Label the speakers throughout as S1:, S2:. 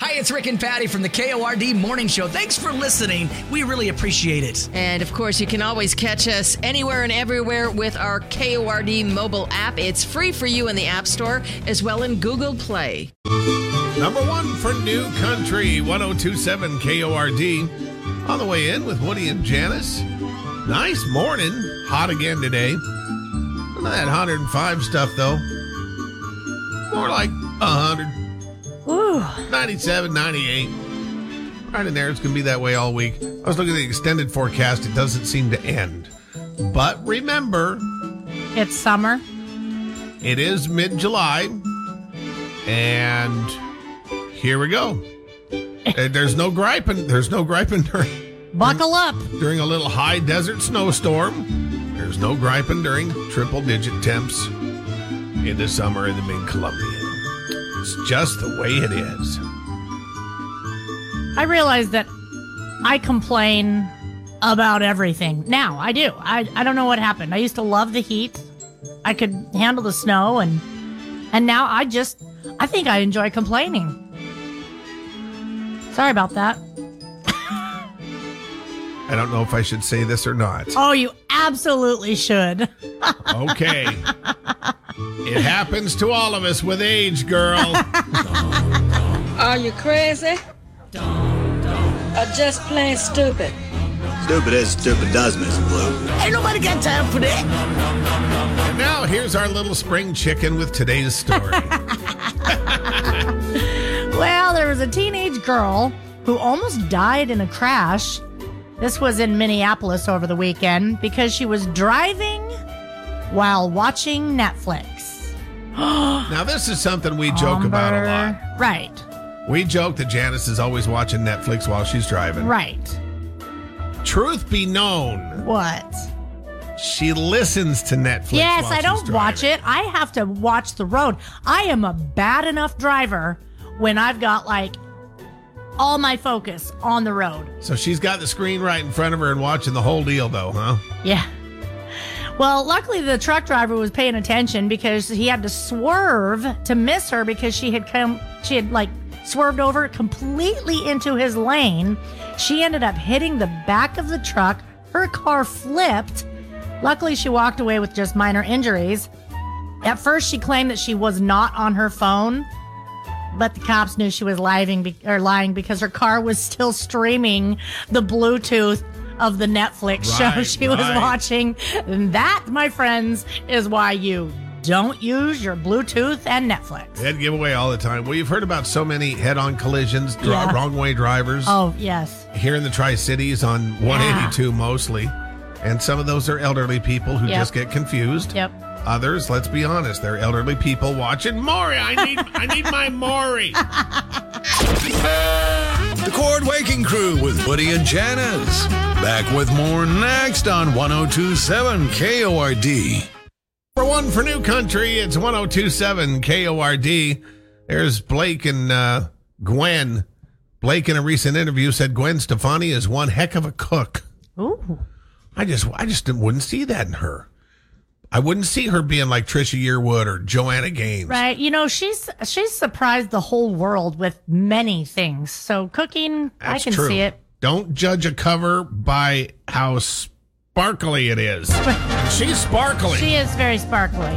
S1: Hey, it's Rick and Patty from the KORD Morning Show. Thanks for listening. We really appreciate it.
S2: And of course, you can always catch us anywhere and everywhere with our KORD mobile app. It's free for you in the App Store as well in Google Play.
S3: Number one for New Country, 1027 KORD. On the way in with Woody and Janice. Nice morning. Hot again today. None of that 105 stuff, though. More like 100. Ooh. 97, 98. Right in there. It's going to be that way all week. I was looking at the extended forecast. It doesn't seem to end. But remember,
S4: It's summer.
S3: It is mid July. And here we go. Uh, There's no griping. There's no griping during,
S4: Buckle up.
S3: during a little high desert snowstorm. There's no griping during triple digit temps in the summer in the mid Columbia. It's just the way it is.
S4: I realize that I complain about everything. Now, I do. I, I don't know what happened. I used to love the heat. I could handle the snow and and now I just I think I enjoy complaining. Sorry about that.
S3: I don't know if I should say this or not.
S4: Oh, you absolutely should.
S3: Okay. it happens to all of us with age, girl.
S5: Are you crazy? Or just plain stupid?
S6: Stupid is, stupid does, Miss Blue.
S3: Now, here's our little spring chicken with today's story.
S4: Well, there was a teenage girl who almost died in a crash. This was in Minneapolis over the weekend because she was driving while watching Netflix.
S3: now, this is something we joke about a lot.
S4: Right,
S3: We joke that Janice is always watching Netflix while she's driving.
S4: right.
S3: Truth be known,
S4: What?
S3: she listens to Netflix.
S4: yes,
S3: while
S4: I
S3: she's
S4: don't watch
S3: driving.
S4: it. I have to watch the road. I am a bad enough driver when I've got like all my focus on the road.
S3: So she's got the screen right in front of her and watching the whole deal, though, huh?
S4: Yeah. Well, luckily the truck driver was paying attention because he had to swerve to miss her because she had come she had like swerved over completely into his lane. She ended up hitting the back of the truck. Her car flipped. Luckily she walked away with just minor injuries. At first she claimed that she was not on her phone, but the cops knew she was lying be- or lying because her car was still streaming the bluetooth of the Netflix show
S3: Right,
S4: she was
S3: right.
S4: watching watching. And that, my friends, is why you don't use your Bluetooth and Netflix.
S3: Head giveaway all the time. Well, you've heard about so many head on collisions, dri-
S4: Yeah.
S3: wrong way drivers
S4: Oh, yes.
S3: here in the Tri Cities on 182 mostly. And some of those are elderly people who
S4: Yep.
S3: just get confused.
S4: Yep.
S3: Others, let's be honest, they're elderly people watching Maury. I need I need my Maury.
S7: The Cord Waking Crew with Woody and Janice. Back with more next on 1027 KORD.
S3: For one for New Country, it's 1027 KORD. There's Blake and uh, Gwen. Blake in a recent interview said Gwen Stefani is one heck of a cook.
S4: Ooh.
S3: I just I just didn't- wouldn't see that in her. I wouldn't see her being like Trisha Yearwood or Joanna Gaines.
S4: Right. You know, she's she's surprised the whole world with many things. So cooking, I
S3: That's
S4: can
S3: true.
S4: see it.
S3: Don't judge a cover by how sparkly it is. She's sparkly.
S4: She is very sparkly.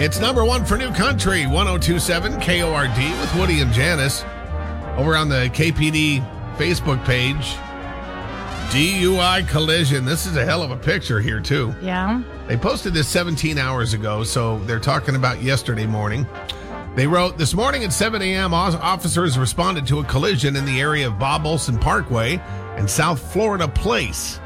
S3: It's number one oh for New Country, 1027 KORD with Woody and Janice. Over on the KPD Facebook page, DUI collision. This is a hell of a picture here, too.
S4: Yeah.
S3: They posted this 17 hours ago, so they're talking about yesterday morning. They wrote, This morning at 7 a.m., os- officers responded to a collision in the area of Bob Olson Parkway and South Florida Place.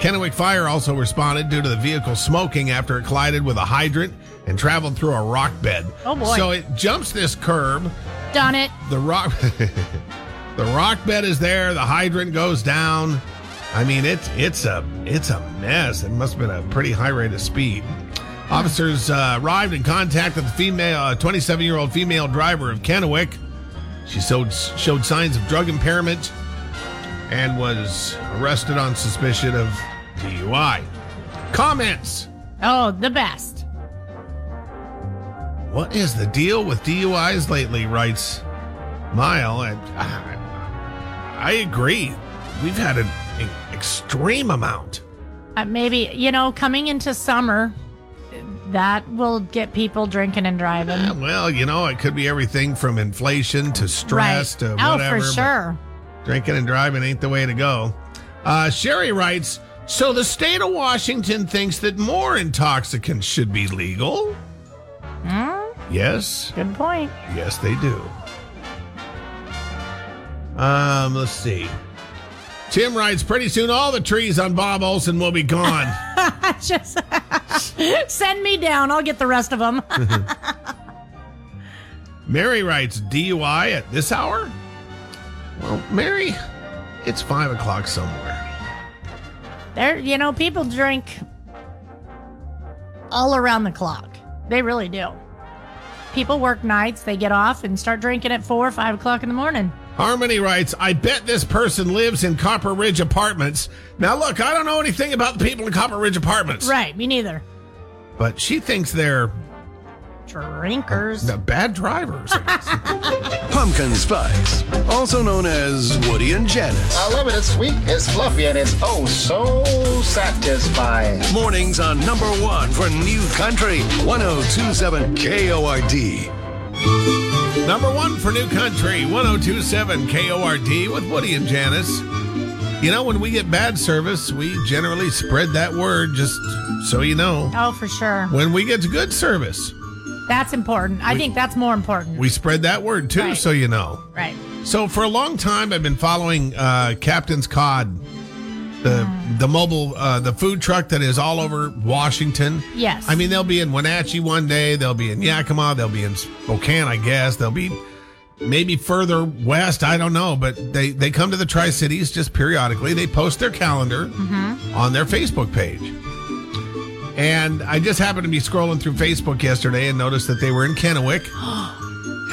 S3: Kennewick Fire also responded due to the vehicle smoking after it collided with a hydrant and traveled through a rock bed.
S4: Oh, boy.
S3: So it jumps this curb.
S4: Done it.
S3: The rock, the rock bed is there. The hydrant goes down. I mean, it's it's a it's a mess. It must have been a pretty high rate of speed. Officers uh, arrived and contacted the female, 27 year old female driver of Kennewick. She showed showed signs of drug impairment and was arrested on suspicion of DUI. Comments.
S4: Oh, the best.
S3: What is the deal with DUIs lately? Writes Mile, I, I- I agree. We've had an, an extreme amount.
S4: Uh, maybe, you know, coming into summer, that will get people drinking and driving.
S3: Yeah, Well, you know, it could be everything from inflation to stress to
S4: oh,
S3: whatever.
S4: for
S3: but
S4: sure.
S3: Drinking and driving ain't the way to go. Uh, Sherry writes So the state of Washington thinks that more intoxicants should be legal?
S4: Hmm?
S3: Yes.
S4: Good point.
S3: Yes, they do. Um, let's see. Tim writes, pretty soon all the trees on Bob Olson will be gone.
S4: Just send me down. I'll get the rest of them.
S3: Mary writes, DUI at this hour? Well, Mary, it's five o'clock somewhere.
S4: there, you know, people drink all around the clock. They really do. People work nights. They get off and start drinking at four, five o'clock in the morning.
S3: Harmony writes, I bet this person lives in Copper Ridge Apartments. Now, look, I don't know anything about the people in Copper Ridge Apartments,
S4: Right. Me neither.
S3: but she thinks they're
S4: Drinkers.
S3: the bad drivers. I guess.
S7: Pumpkin Spice, also known as Woody and Janice.
S8: I love it. It's sweet, it's fluffy, and it's oh so satisfying.
S7: Mornings on number one for New Country 1027 KORD.
S3: Number one for New Country, 1027 KORD with Woody and Janice. You know, when we get bad service, we generally spread that word just so you know.
S4: Oh, for sure.
S3: When we get good service,
S4: That's important. I think that's more important.
S3: we spread that word too
S4: Right.
S3: so you know.
S4: right.
S3: So for a long time, I've been following uh, Captain's Cod, the the mobile uh, the food truck that is all over Washington.
S4: Yes.
S3: I mean they'll be in Wenatchee one day, they'll be in Yakima, they'll be in Spokane, I guess, they'll be maybe further west. I don't know, but they they come to the Tri Cities just periodically. They post their calendar on their Facebook page. And I just happened to be scrolling through Facebook yesterday and noticed that they were in Kennewick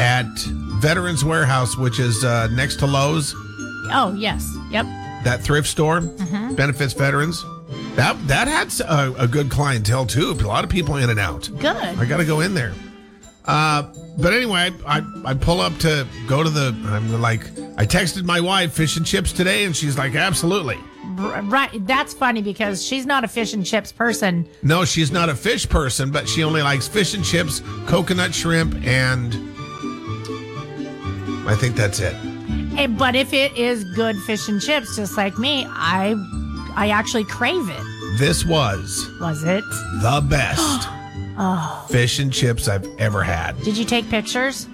S3: at Veterans Warehouse, which is uh, next to Lowe's,
S4: Oh, yes. Yep.
S3: that thrift store benefits veterans. That that had s- a, a good clientele too. A lot of people in and out.
S4: Good.
S3: I got to go in there. Uh, but anyway, I, I I pull up to go to the. I'm like, I texted my wife fish and chips today, and she's like, absolutely.
S4: R- Right. That's funny because she's not a fish and chips person.
S3: No, she's not a fish person, but she only likes fish and chips, coconut shrimp, and I think that's it.
S4: Eh, But if it is good fish and chips, just like me, I I actually crave it.
S3: This was
S4: Was it?
S3: the best
S4: Oh.
S3: fish and chips I've ever had.
S4: Did you take pictures?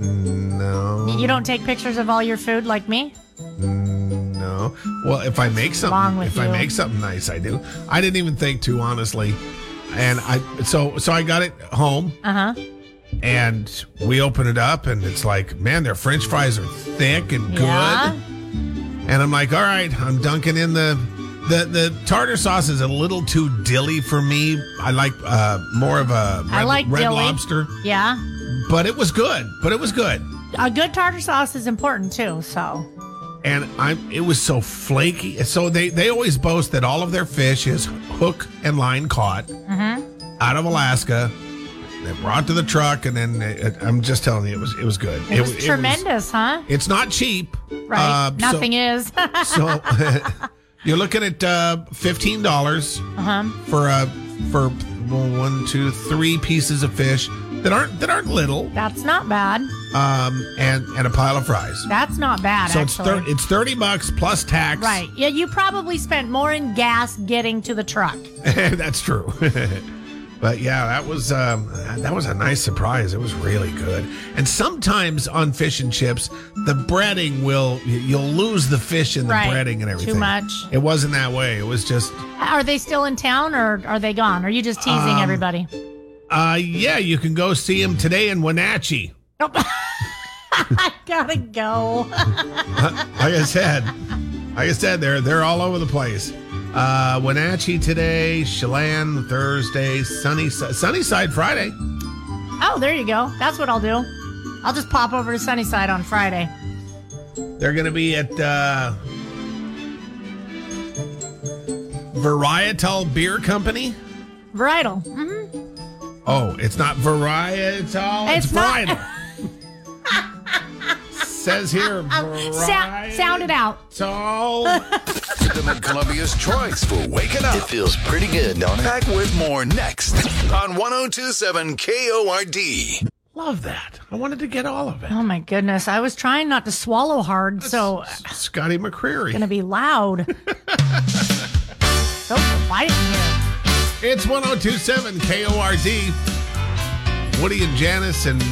S3: No,
S4: You don't take pictures of all your food like me?
S3: no. Well, if I make
S4: Wrong
S3: something,
S4: with
S3: if
S4: you.
S3: I make something nice, I do. I didn't even think too honestly, and I so so I got it home
S4: Uh huh.
S3: and we open it up and it's like, man, their French fries are thick and good.
S4: Yeah.
S3: And I'm like, all right, I'm dunking in the. The, the tartar sauce is a little too dilly for me. I like uh, more of a red,
S4: I like
S3: red
S4: dilly.
S3: lobster,
S4: Yeah.
S3: but it was good. But it was good.
S4: A good tartar sauce is important too. So
S3: and I'm it was so flaky. So they they always boast that all of their fish is hook and line caught
S4: Mm-hmm.
S3: out of Alaska. They brought to the truck, and then it, it- I'm just telling you, it was it was good.
S4: it was
S3: wa-
S4: tremendous, huh?
S3: it's not cheap,
S4: Right.
S3: Uh, so-
S4: Nothing is.
S3: So, you're looking at uh, fifteen dollars
S4: Uh-huh.
S3: for a for one, two, three pieces of fish that aren't that aren't little,
S4: That's not bad.
S3: um, and and a pile of fries.
S4: That's not bad.
S3: so it's
S4: actually.
S3: thir- it's thirty bucks plus tax.
S4: Right. Yeah, you probably spent more in gas getting to the truck.
S3: That's true. but yeah, that was um, that was a nice surprise. It was really good. And sometimes on fish and chips, the breading will you'll lose the fish in the
S4: Right.
S3: breading
S4: Too
S3: and everything.
S4: much.
S3: It wasn't that way. It was just
S4: Are they still in town or are they gone? Are you just teasing
S3: Um,
S4: everybody?
S3: uh yeah, you can go see him today in Wenatchee.
S4: Nope. I gotta go.
S3: Like I said, like I said, they're they're all over the place. Uh, Wenatchee today, Chelan Thursday, Sunny Sunnyside Friday.
S4: Oh, there you go. That's what I'll do. I'll just pop over to Sunnyside on Friday.
S3: They're going to be at uh, Varietal Beer Company.
S4: Varietal. Mm,
S3: Oh, it's not Varietal. It's,
S4: It's not-
S3: Varietal. says here.
S4: Sound, Oh, sound it out.
S3: So
S7: Ultimate Columbia's choice for waking up.
S9: It feels pretty good, don't it?
S7: Back with more next on 1027 KORD.
S3: love that. I wanted to get all of it.
S4: Oh my goodness. I was trying not to swallow hard, so
S3: S-
S4: it's
S3: Scotty McCreary.
S4: going to be loud. so quiet in here.
S3: It's 1027 KORD. Woody and Janice and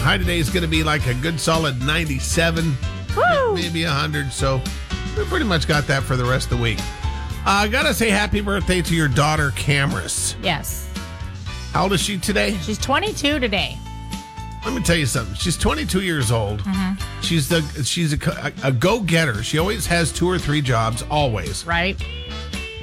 S3: high today is going to be like a good solid 97,
S4: Woo!
S3: maybe 100. So we pretty much got that for the rest of the week. I uh, got to say happy birthday to your daughter, Camrys.
S4: Yes.
S3: How old is she today?
S4: She's 22 today.
S3: Let me tell you something. She's 22 years old. She's the she's a, co- a go getter. She always has two or three jobs, always.
S4: Right?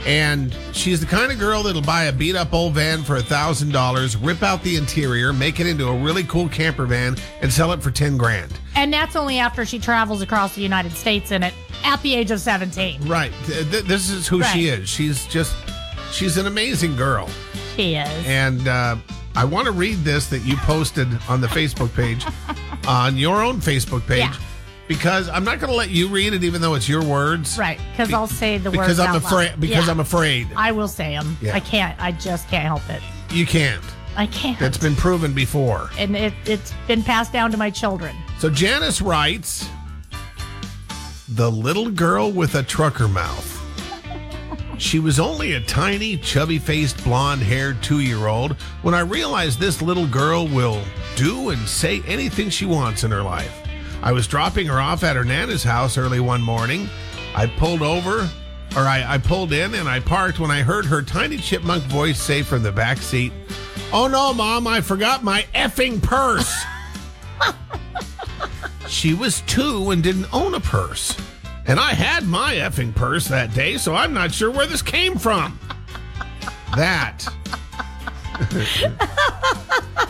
S3: And she's the kind of girl that'll buy a beat up old van for $1,000, rip out the interior, make it into a really cool camper van, and sell it for 10 grand.
S4: And that's only after she travels across the United States in it at the age of 17.
S3: Right. Th- th- this is who she
S4: Right.
S3: is. She's just, she's an amazing girl.
S4: She is.
S3: And uh, I want to read this that you posted on the Facebook page, on your own Facebook page,
S4: Yeah.
S3: because I'm not going to let you read it, even though it's your words.
S4: Right. Because
S3: Be-
S4: I'll say the
S3: Because
S4: words
S3: I'm
S4: out
S3: afraid.
S4: loud.
S3: Because
S4: Yeah.
S3: I'm afraid.
S4: I will say them.
S3: Yeah.
S4: I can't. I just can't help it.
S3: You can't.
S4: I can't.
S3: That's been proven before.
S4: and it, it's been passed down to my children.
S3: So Janice writes The little girl with a trucker mouth. She was only a tiny, chubby faced, blonde haired two year old when I realized this little girl will do and say anything she wants in her life. I was dropping her off at her Nana's house early one morning. I pulled over, or I, I pulled in and I parked when I heard her tiny chipmunk voice say from the back seat, Oh no, Mom, I forgot my effing purse. She was two and didn't own a purse. And I had my effing purse that day, so I'm not sure where this came from. That.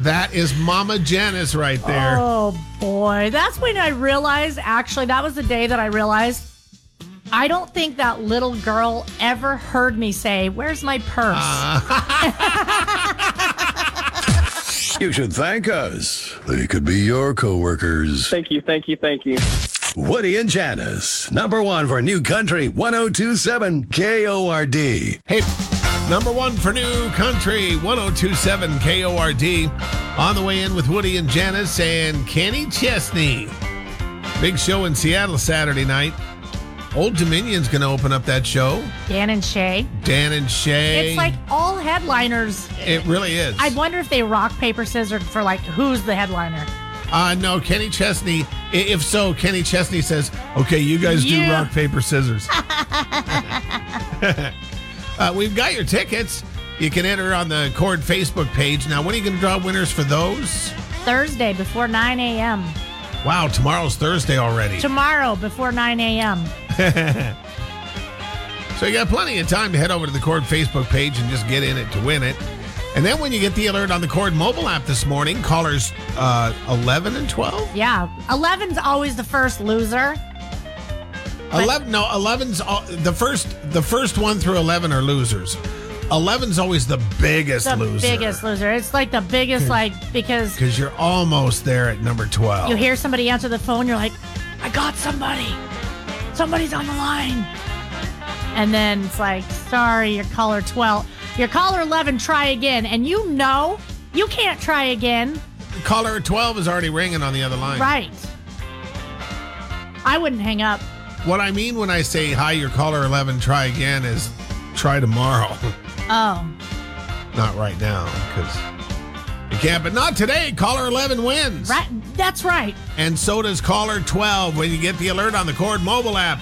S3: that is Mama Janice right there.
S4: Oh boy, that's when I realized. Actually, that was the day that I realized. I don't think that little girl ever heard me say, "Where's my purse?"
S3: Uh,
S7: You should thank us. They could be your coworkers.
S10: Thank you, thank you, thank you.
S7: Woody and Janice, number one for New Country 1027 KORD.
S3: Hey, number one for New Country, 1027 KORD. On the way in with Woody and Janice and Kenny Chesney. Big show in Seattle Saturday night. Old Dominion's going to open up that show.
S4: Dan and Shay.
S3: Dan and Shay.
S4: It's like all headliners.
S3: It really is.
S4: I wonder if they rock paper scissors for like who's the headliner.
S3: uh, no, Kenny Chesney. i- If so, Kenny Chesney says, "Okay, you guys do
S4: Yeah.
S3: rock paper scissors." uh, we've got your tickets. You can enter on the Cord Facebook page. Now, when are you going to draw winners for those?
S4: Thursday before 9 a.m.
S3: Wow, tomorrow's Thursday already.
S4: Tomorrow before 9 a.m.
S3: So you got plenty of time to head over to the Cord Facebook page and just get in it to win it. And then when you get the alert on the Cord mobile app this morning, callers uh, 11 and 12?
S4: Yeah, 11's always the first loser.
S3: Eleven? No, eleven's all, the first. The first one through eleven are losers. Eleven's always the biggest
S4: The
S3: loser. Hmm.
S4: biggest loser. It's like the biggest, like because
S3: because you're almost there at number twelve.
S4: You hear somebody answer the phone, you're like, I got somebody. Somebody's on the line. And then it's like, sorry, your caller 12. Your caller 11, try again. And you know you can't try again.
S3: Caller twelve is already ringing on the other line.
S4: Right. I wouldn't hang up.
S3: What I mean when I say hi, your caller eleven, try again is try tomorrow,
S4: Oh,
S3: not right now because you can't. But not today. Caller eleven wins.
S4: right. That's right.
S3: And so does caller twelve when you get the alert on the Cord mobile app.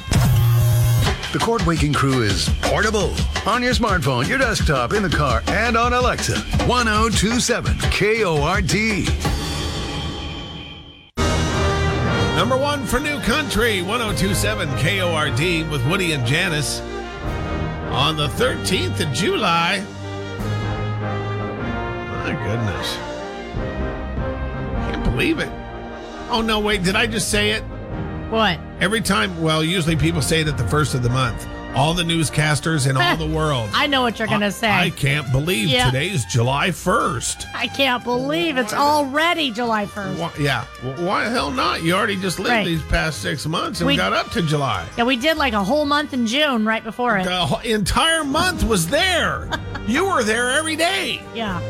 S7: The Court Waking Crew is portable on your smartphone, your desktop, in the car, and on Alexa. 1027 KORD.
S3: Number one for New Country, 1027 KORD with Woody and Janice. On the 13th of July. My goodness. Can't believe it. Oh, no, wait, did I just say it?
S4: What?
S3: Every time, well, usually people say it at the first of the month. all the newscasters in all the world.
S4: I know what you're going to say.
S3: I can't believe
S4: Yeah.
S3: today's July 1st.
S4: I can't believe it's already July 1st.
S3: Why, yeah. Well, why the hell not? You already just lived
S4: Right.
S3: these past six months and
S4: We-
S3: got up to July.
S4: Yeah, we did like a whole month in June right before it.
S3: The whole entire month was there. you were there every day.
S4: Yeah.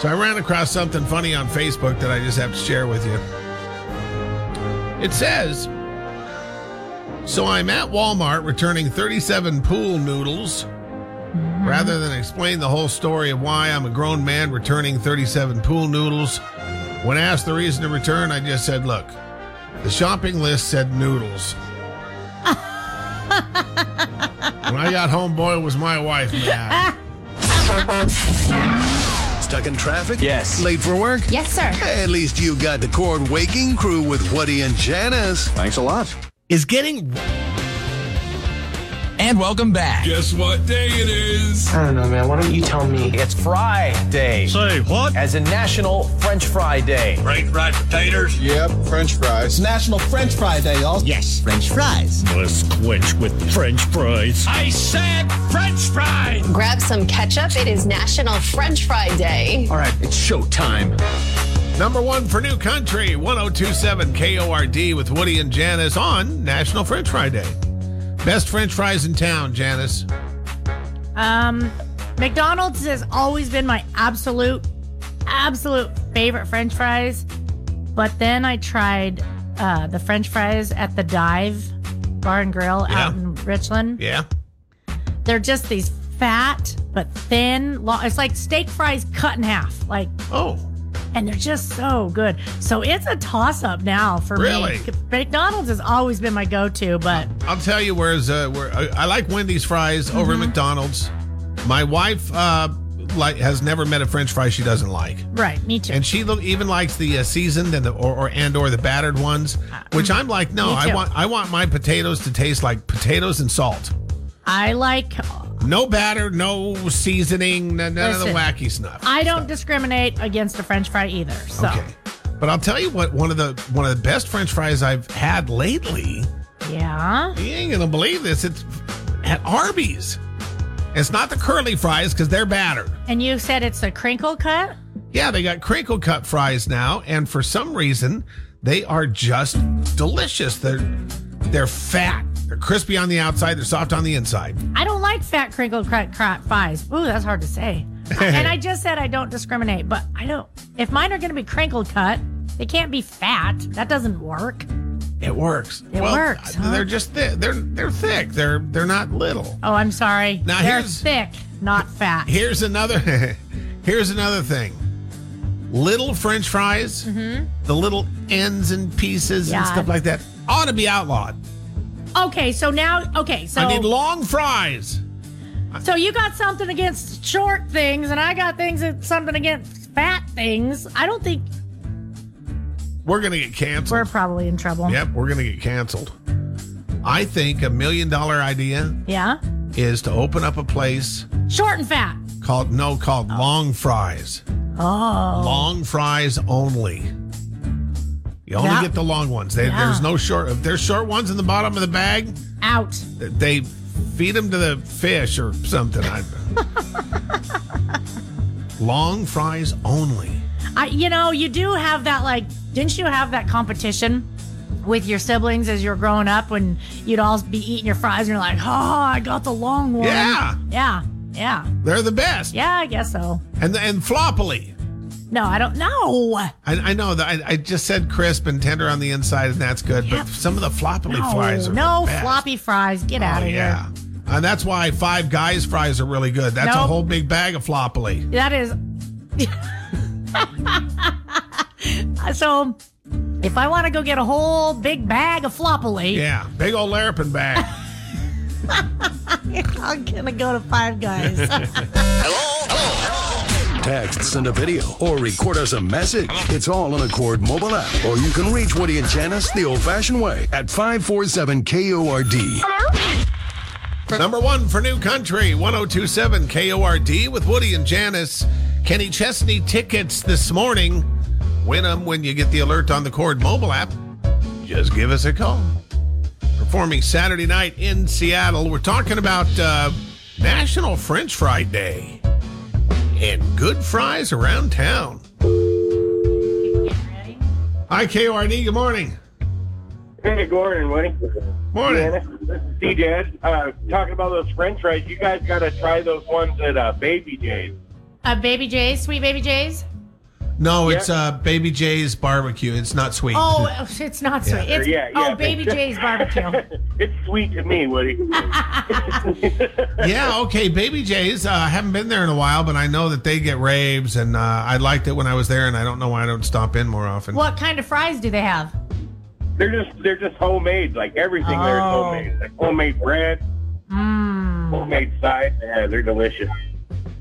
S3: So I ran across something funny on Facebook that I just have to share with you. It says So I'm at Walmart returning 37 pool noodles. Rather than explain the whole story of why I'm a grown man returning 37 pool noodles, when asked the reason to return, I just said, Look, the shopping list said noodles. when I got home, boy, was my wife mad.
S7: Stuck in traffic?
S9: Yes.
S7: Late for work?
S10: Yes, sir.
S7: At least you got the Cord Waking Crew with Woody and Janice.
S9: Thanks a lot.
S1: Is getting. And welcome back.
S11: Guess what day it is?
S8: I don't know, man. Why don't you tell me?
S11: It's Fry Day. Say what? As in National French Fry Day.
S9: Great fried potatoes.
S6: Yep, French fries.
S8: National French Fry Day, y'all.
S9: Yes.
S8: French fries.
S11: Let's quench with French fries.
S9: I said French fries.
S10: Grab some ketchup. It is National French Fry Day.
S11: All right, it's showtime.
S3: Number one for New Country, 1027 KORD with Woody and Janice on National French Fry Day. Best French fries in town, Janice.
S4: Um, McDonald's has always been my absolute, absolute favorite French fries. But then I tried uh, the French fries at the Dive Bar and Grill
S3: Yeah.
S4: out in Richland.
S3: Yeah.
S4: They're just these fat but thin. Long, it's like steak fries cut in half. Like
S3: Oh,
S4: and they're just so good. So it's a toss up now for
S3: Really?
S4: me. McDonald's has always been my go to, but
S3: I'll tell you where's uh, where I, I like Wendy's fries over at
S4: Mm-hmm.
S3: McDonald's. My wife uh, like has never met a French fry she doesn't like,
S4: right, me too.
S3: and she lo- even likes the uh, seasoned and the or, or and or the battered ones, which I'm like, no,
S4: Uh, mm-hmm. Me
S3: I
S4: too.
S3: want I want my potatoes to taste like potatoes and salt.
S4: I like,
S3: No batter, no seasoning, none, none of the
S4: Listen,
S3: wacky snuff.
S4: I don't discriminate against a French fry either. So
S3: Okay. But I'll tell you what one of the one of the best French fries I've had lately.
S4: yeah,
S3: You ain't gonna believe this. It's at Arby's. It's not the curly fries because they're battered.
S4: and you said it's a crinkle cut.
S3: Yeah, they got crinkle cut fries now, and for some reason, they are just delicious. They're they're fat. They're crispy on the outside. They're soft on the inside.
S4: I don't like fat crinkle cut cut fries. Ooh, that's hard to say. and I just said I don't discriminate, but I don't. If mine are going to be crinkle cut, they can't be fat. That doesn't work.
S3: It works.
S4: It works, huh?
S3: They're just thi- they're they're thick. They're they're not little.
S4: Oh, I'm sorry.
S3: Now
S4: They're
S3: here's-
S4: thick, not fat.
S3: Here's another. here's another thing. Little French fries, the little ends and pieces and
S4: Mm-hmm. Yeah.
S3: stuff like that, ought to be outlawed.
S4: Okay, so now, okay, so
S3: I need long fries.
S4: So you got something against short things, and I got things that- something against fat things. I don't think
S3: We're gonna get canceled.
S4: we're probably in trouble.
S3: yep, we're gonna get canceled. I think a million dollar idea
S4: Yeah.
S3: is to open up a place
S4: Short and fat.
S3: called no called Long Fries.
S4: Oh.
S3: Long fries only. You only
S4: Yeah.
S3: get the long ones. They,
S4: Yeah.
S3: There's no short. If there's short ones in the bottom of the bag,
S4: Out.
S3: they feed them to the fish or something. I long fries only.
S4: I you know, you do have that like didn't you have that competition with your siblings as you were growing up when you'd all be eating your fries and you're like, "Oh, I got the long one."
S3: Yeah.
S4: Yeah. Yeah.
S3: They're the best.
S4: Yeah, I guess so.
S3: And and floppily.
S4: No, I don't know.
S3: I, I know that I, I just said crisp and tender on the inside, and that's good. But some of the floppily fries
S4: No,
S3: are
S4: no
S3: the best.
S4: floppy fries. Get out
S3: Oh,
S4: of
S3: yeah.
S4: here.
S3: And that's why Five Guys fries are really good. That's a
S4: Nope.
S3: whole big bag of floppily.
S4: That is. so, if I want to go get a whole big bag of floppily,
S3: Yeah, big old larpin bag.
S4: I'm gonna go to Five Guys.
S7: Text, send a video, or record us a message. It's all on the Cord mobile app, or you can reach Woody and Janice the old fashioned way at 547 KORD.
S3: Number one for New Country, 1027 KORD with Woody and Janice. Kenny Chesney tickets this morning. Win them when you get the alert on the Cord mobile app. Just give us a call. For performing Saturday night in Seattle. We're talking about uh, National French Fry Day and good fries around town. Hi, KRD. Good morning.
S12: Hey, good morning, Woody.
S3: Morning.
S12: DJ, uh, talking about those french fries, you guys got to try those ones at uh, Baby J's.
S4: Uh, Baby J's, Sweet Baby J's.
S3: No, it's uh, Baby J's barbecue. It's not sweet.
S4: Oh, it's not sweet.
S12: Yeah.
S4: It's
S12: Yeah, yeah.
S4: oh, Baby J's barbecue.
S12: It's sweet to me, Woody.
S3: yeah, okay. Baby J's. I uh, haven't been there in a while, but I know that they get raves, and uh, I liked it when I was there, and I don't know why I don't stop in more often.
S4: what kind of fries do they have?
S12: They're just they're just homemade. Like everything there is
S4: Oh. Mm.
S12: homemade. Like homemade bread, homemade sides. Yeah, they're delicious.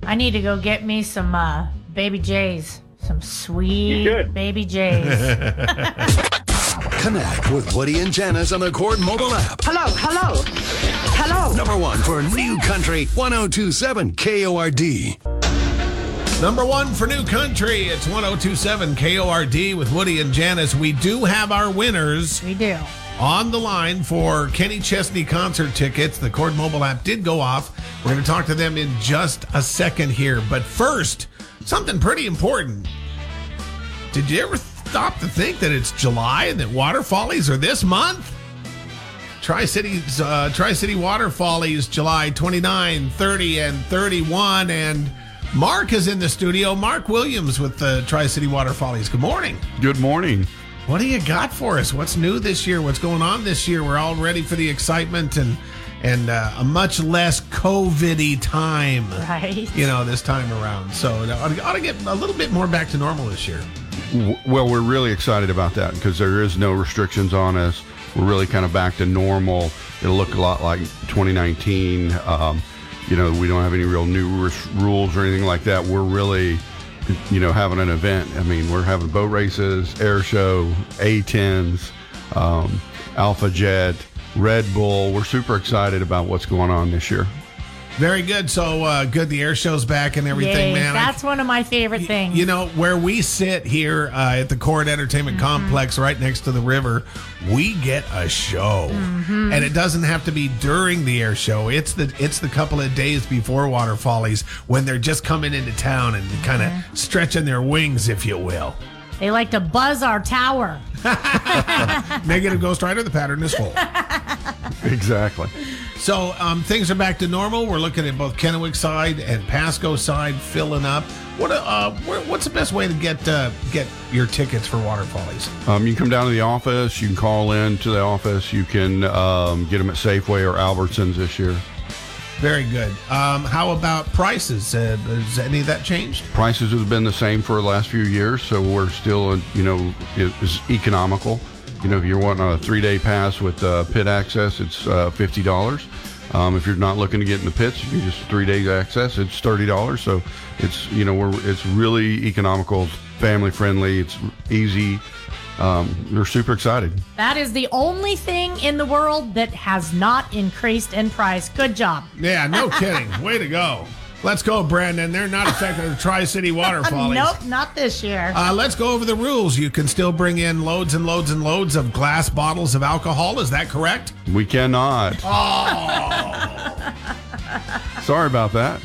S4: I need to go get me some uh, Baby J's, some sweet Baby J's.
S7: Connect with Woody and Janice on the Court mobile app.
S13: Hello, hello, hello.
S7: Number one for New Country 1027 KORD.
S3: Number one for New Country, it's 1027 KORD with Woody and Janice. We do have our winners. We
S4: do.
S3: On the line for Kenny Chesney concert tickets. The Cord mobile app did go off. We're going to talk to them in just a second here. But first, something pretty important. Did you ever stop to think that it's July and that water follies are this month? Tri City's uh, Tri City Water Follies, July 29, 30, and 31. And Mark is in the studio. Mark Williams with the Tri City Water Follies. Good morning.
S14: Good morning.
S3: What do you got for us? What's new this year? What's going on this year? We're all ready for the excitement and and uh, a much less COVID-y time,
S4: right?
S3: You know, this time around. So it ought to- ought to get a little bit more back to normal this year.
S14: W- Well, we're really excited about that because there is no restrictions on us. We're really kind of back to normal. It'll look a lot like 2019. Um, you know, we don't have any real new res- rules or anything like that. We're really, you know, having an event. I mean, we're having boat races, air show, A10s, um, Alpha Jet, Red Bull. We're super excited about what's going on this year.
S3: Very good. So uh, good. The air show's back and everything,
S4: Yay,
S3: man. I
S4: That's one of my favorite things.
S3: You know, where we sit here uh, at the Court Entertainment
S4: Mm-hmm.
S3: Complex right next to the river, we get a show.
S4: Mm-hmm.
S15: Mhm.
S3: And it doesn't have to be during the air show. It's the it's the couple of days before Water Follies when they're just coming into town and kind of
S4: Mm-hmm.
S3: stretching their wings, if you will.
S4: They like to buzz our tower.
S3: Negative Ghost Rider, the pattern is full.
S14: Exactly.
S3: So um, things are back to normal. We're looking at both Kennewick side and Pasco side filling up. What uh, where, what's the best way to get uh, get your tickets for Water Follies?
S14: Um, you can come down to the office. You can call in to the office. You can um, get them at Safeway or Albertsons this year.
S3: Very good. Um, how about prices? Uh, has any of that changed?
S14: Prices have been the same for the last few years, so we're still, uh, you know, it- it's economical. You know, if you're wanting a three-day pass with uh, pit access, it's uh, fifty dollars. Um, if you're not looking to get in the pits, you just three days access. It's thirty dollars. So it's you know we're it's really economical, family friendly. It's easy. Um, we're super excited.
S4: That is the only thing in the world that has not increased in price. Good job.
S3: Yeah, no kidding. Way to go. Let's go, Brandon. They're not affecting the Tri City Water Follies.
S4: Uh, nope, not this year.
S3: Uh, let's go over the rules. You can still bring in loads and loads and loads of glass bottles of alcohol. Is that correct?
S14: We cannot.
S12: Oh.
S14: Sorry about that.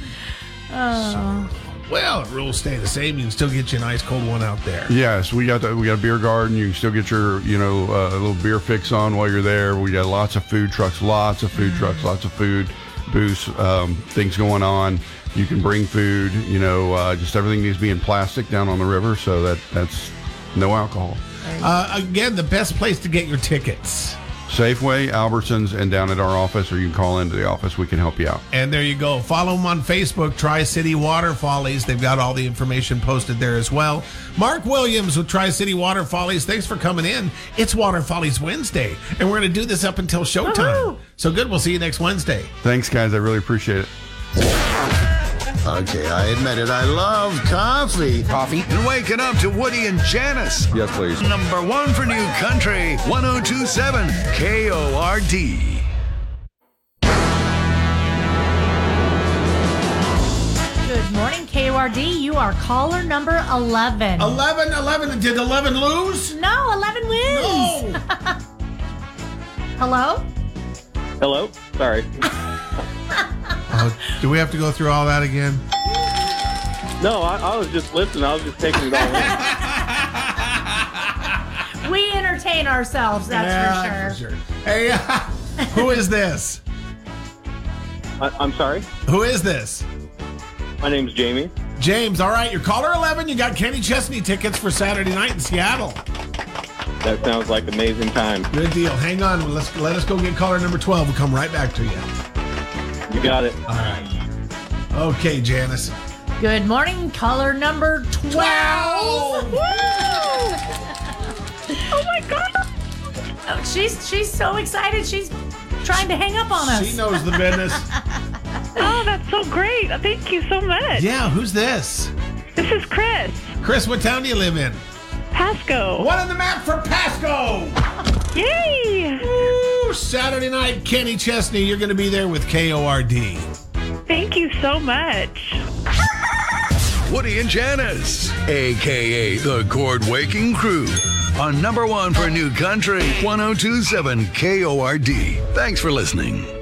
S4: oh.
S3: Well, the rules stay the same. You can still get you an ice cold one out there.
S14: Yes, we got the, we got a beer garden. You can still get your you know uh, little beer fix on while you're there. We got lots of food trucks, lots of food trucks, lots of food booths, um, things going on. You can bring food. You know, uh, just everything needs to be in plastic down on the river, so that that's no alcohol.
S3: Uh, again, the best place to get your tickets.
S14: Safeway, Albertsons, and down at our office, or you can call into the office. We can help you out.
S3: And there you go. Follow them on Facebook, Tri City Water Follies. They've got all the information posted there as well. Mark Williams with Tri City Water Follies. Thanks for coming in. It's Water Follies Wednesday, and we're going to do this up until showtime. So good. We'll see you next Wednesday.
S14: Thanks, guys. I really appreciate it.
S7: Okay, I admit it. I love coffee. Coffee? And waking up to Woody and Janice.
S14: Yes, please.
S7: Number one for New Country 1027 KORD.
S4: Good morning, KURD. You are caller number 11.
S3: 11, 11. Did 11 lose?
S4: No, 11 wins. Hello?
S12: Hello? Sorry.
S3: Oh, do we have to go through all that again?
S12: No, I, I was just listening. I was just taking it all in.
S4: We entertain ourselves, that's
S3: Yeah,
S4: for sure.
S3: Hey, who is this?
S12: I, I'm sorry.
S3: Who is this?
S12: My name's Jamie.
S3: James, all right, you're caller 11. You got Kenny Chesney tickets for Saturday night in Seattle.
S12: That sounds like amazing time.
S3: Good deal. Hang on. Let's let us go get caller number 12. We'll come right back to you.
S12: You got it.
S3: All right. Okay, Janice.
S4: Good morning, caller number 12. Woo! oh my God. Oh, she's she's so excited. She's trying to hang up on us.
S3: She knows the business.
S15: Oh, that's so great. Thank you so much.
S3: yeah, who's this?
S15: This is Chris.
S3: Chris, what town do you live in?
S15: Pasco.
S3: What on the map for Pasco?
S15: Yay!
S3: Woo, Saturday night, Kenny Chesney, you're going to be there with KORD.
S15: Thank you so much.
S7: Woody and Janice, aka the Cord Waking Crew, on oh number one for New Country 1027 KORD. Thanks for listening.